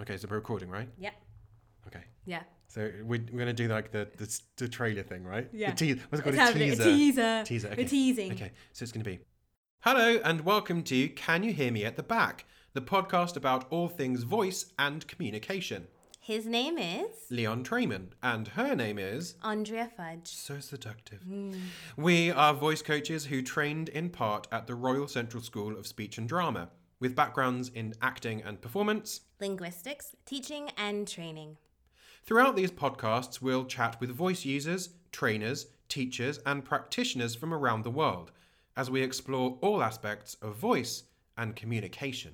Okay, so we're recording, right? Yeah. Okay. Yeah. So we, we're going to do like the, the s- the trailer thing, right? Yeah. The te- what's it called? It's A happening. teaser. A teaser. Teaser, okay. We're teasing. Okay, so it's going to be Hello and welcome to Can You Hear Me at the Back, the podcast about all things voice and communication. His name is Leon Trayman, and her name is Andrea Fudge. so seductive. Hmm. We are voice coaches who trained in part at the Royal Central School of Speech and Drama, with backgrounds in acting and performance. Linguistics, teaching and training. Throughout these podcasts, we'll chat with voice users, trainers, teachers, and practitioners from around the world as we explore all aspects of voice and communication.